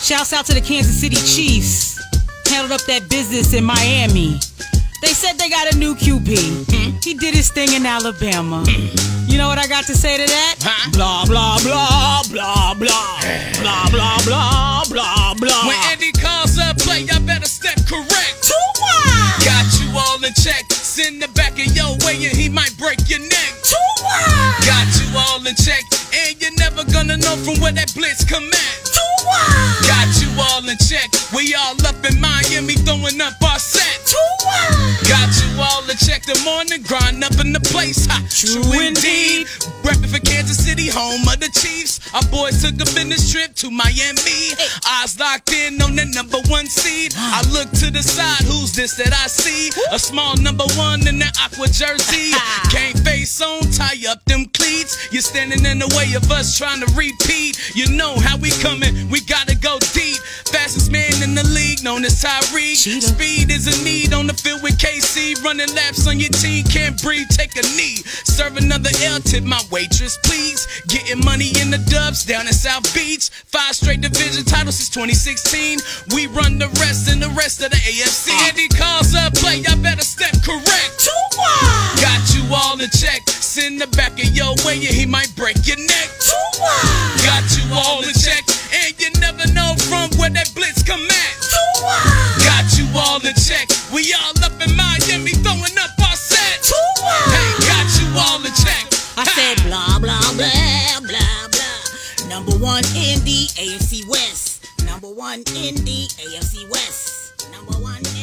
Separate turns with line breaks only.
Shouts out to the Kansas City Chiefs. Handled up that business in Miami. They said they got a new QB. He did his thing in Alabama. You know what I got to say to that?
Huh?
Blah blah blah blah blah blah blah blah blah blah.
When Andy calls up play, I better step correct.
Too wild.
Got you all in check. Send the back of your way and he might break your neck.
Too wild.
Got you all in check. And you're never gonna know from where that blitz come at.
Too wild.
Got you all in check. We all up in Miami throwing up our set.
Too wild.
Got you all to check the morning grind up in the place. Ha,
True
true,
indeed.
indeed. Reppin' for Kansas City, home of the Chiefs. Our boys took a business trip to Miami. Eyes locked in on the number one seed. I look to the side, who's this that I see? A small number one in the aqua jersey. Can't face on, tie up them cleats. You're standing in the way of us trying to repeat. You know how we coming, we gotta go deep. Fastest man in the league, known as Tyreek.
Cheetah.
Speed is a need on the field with KC. Running laps on your team, can't breathe, take a knee. Serve another L, tip my waitress, please. Getting money in the dubs down in South Beach. Five straight division titles since 2016. We run the rest and the rest of the AFC. Andy calls up, play, I better step correct.
Too wild.
Got you all in check. Send the back of your way, and he might break your neck.
Too wild.
Got you all in check, and you never know from where that blitz come at.
Too wild.
Got you all in check. We all up in Miami throwing up our set.
Too wild.
Hey, got you all in check.
I said blah blah blah blah blah. Number one in the AFC West. Number one in the AFC West. Number one in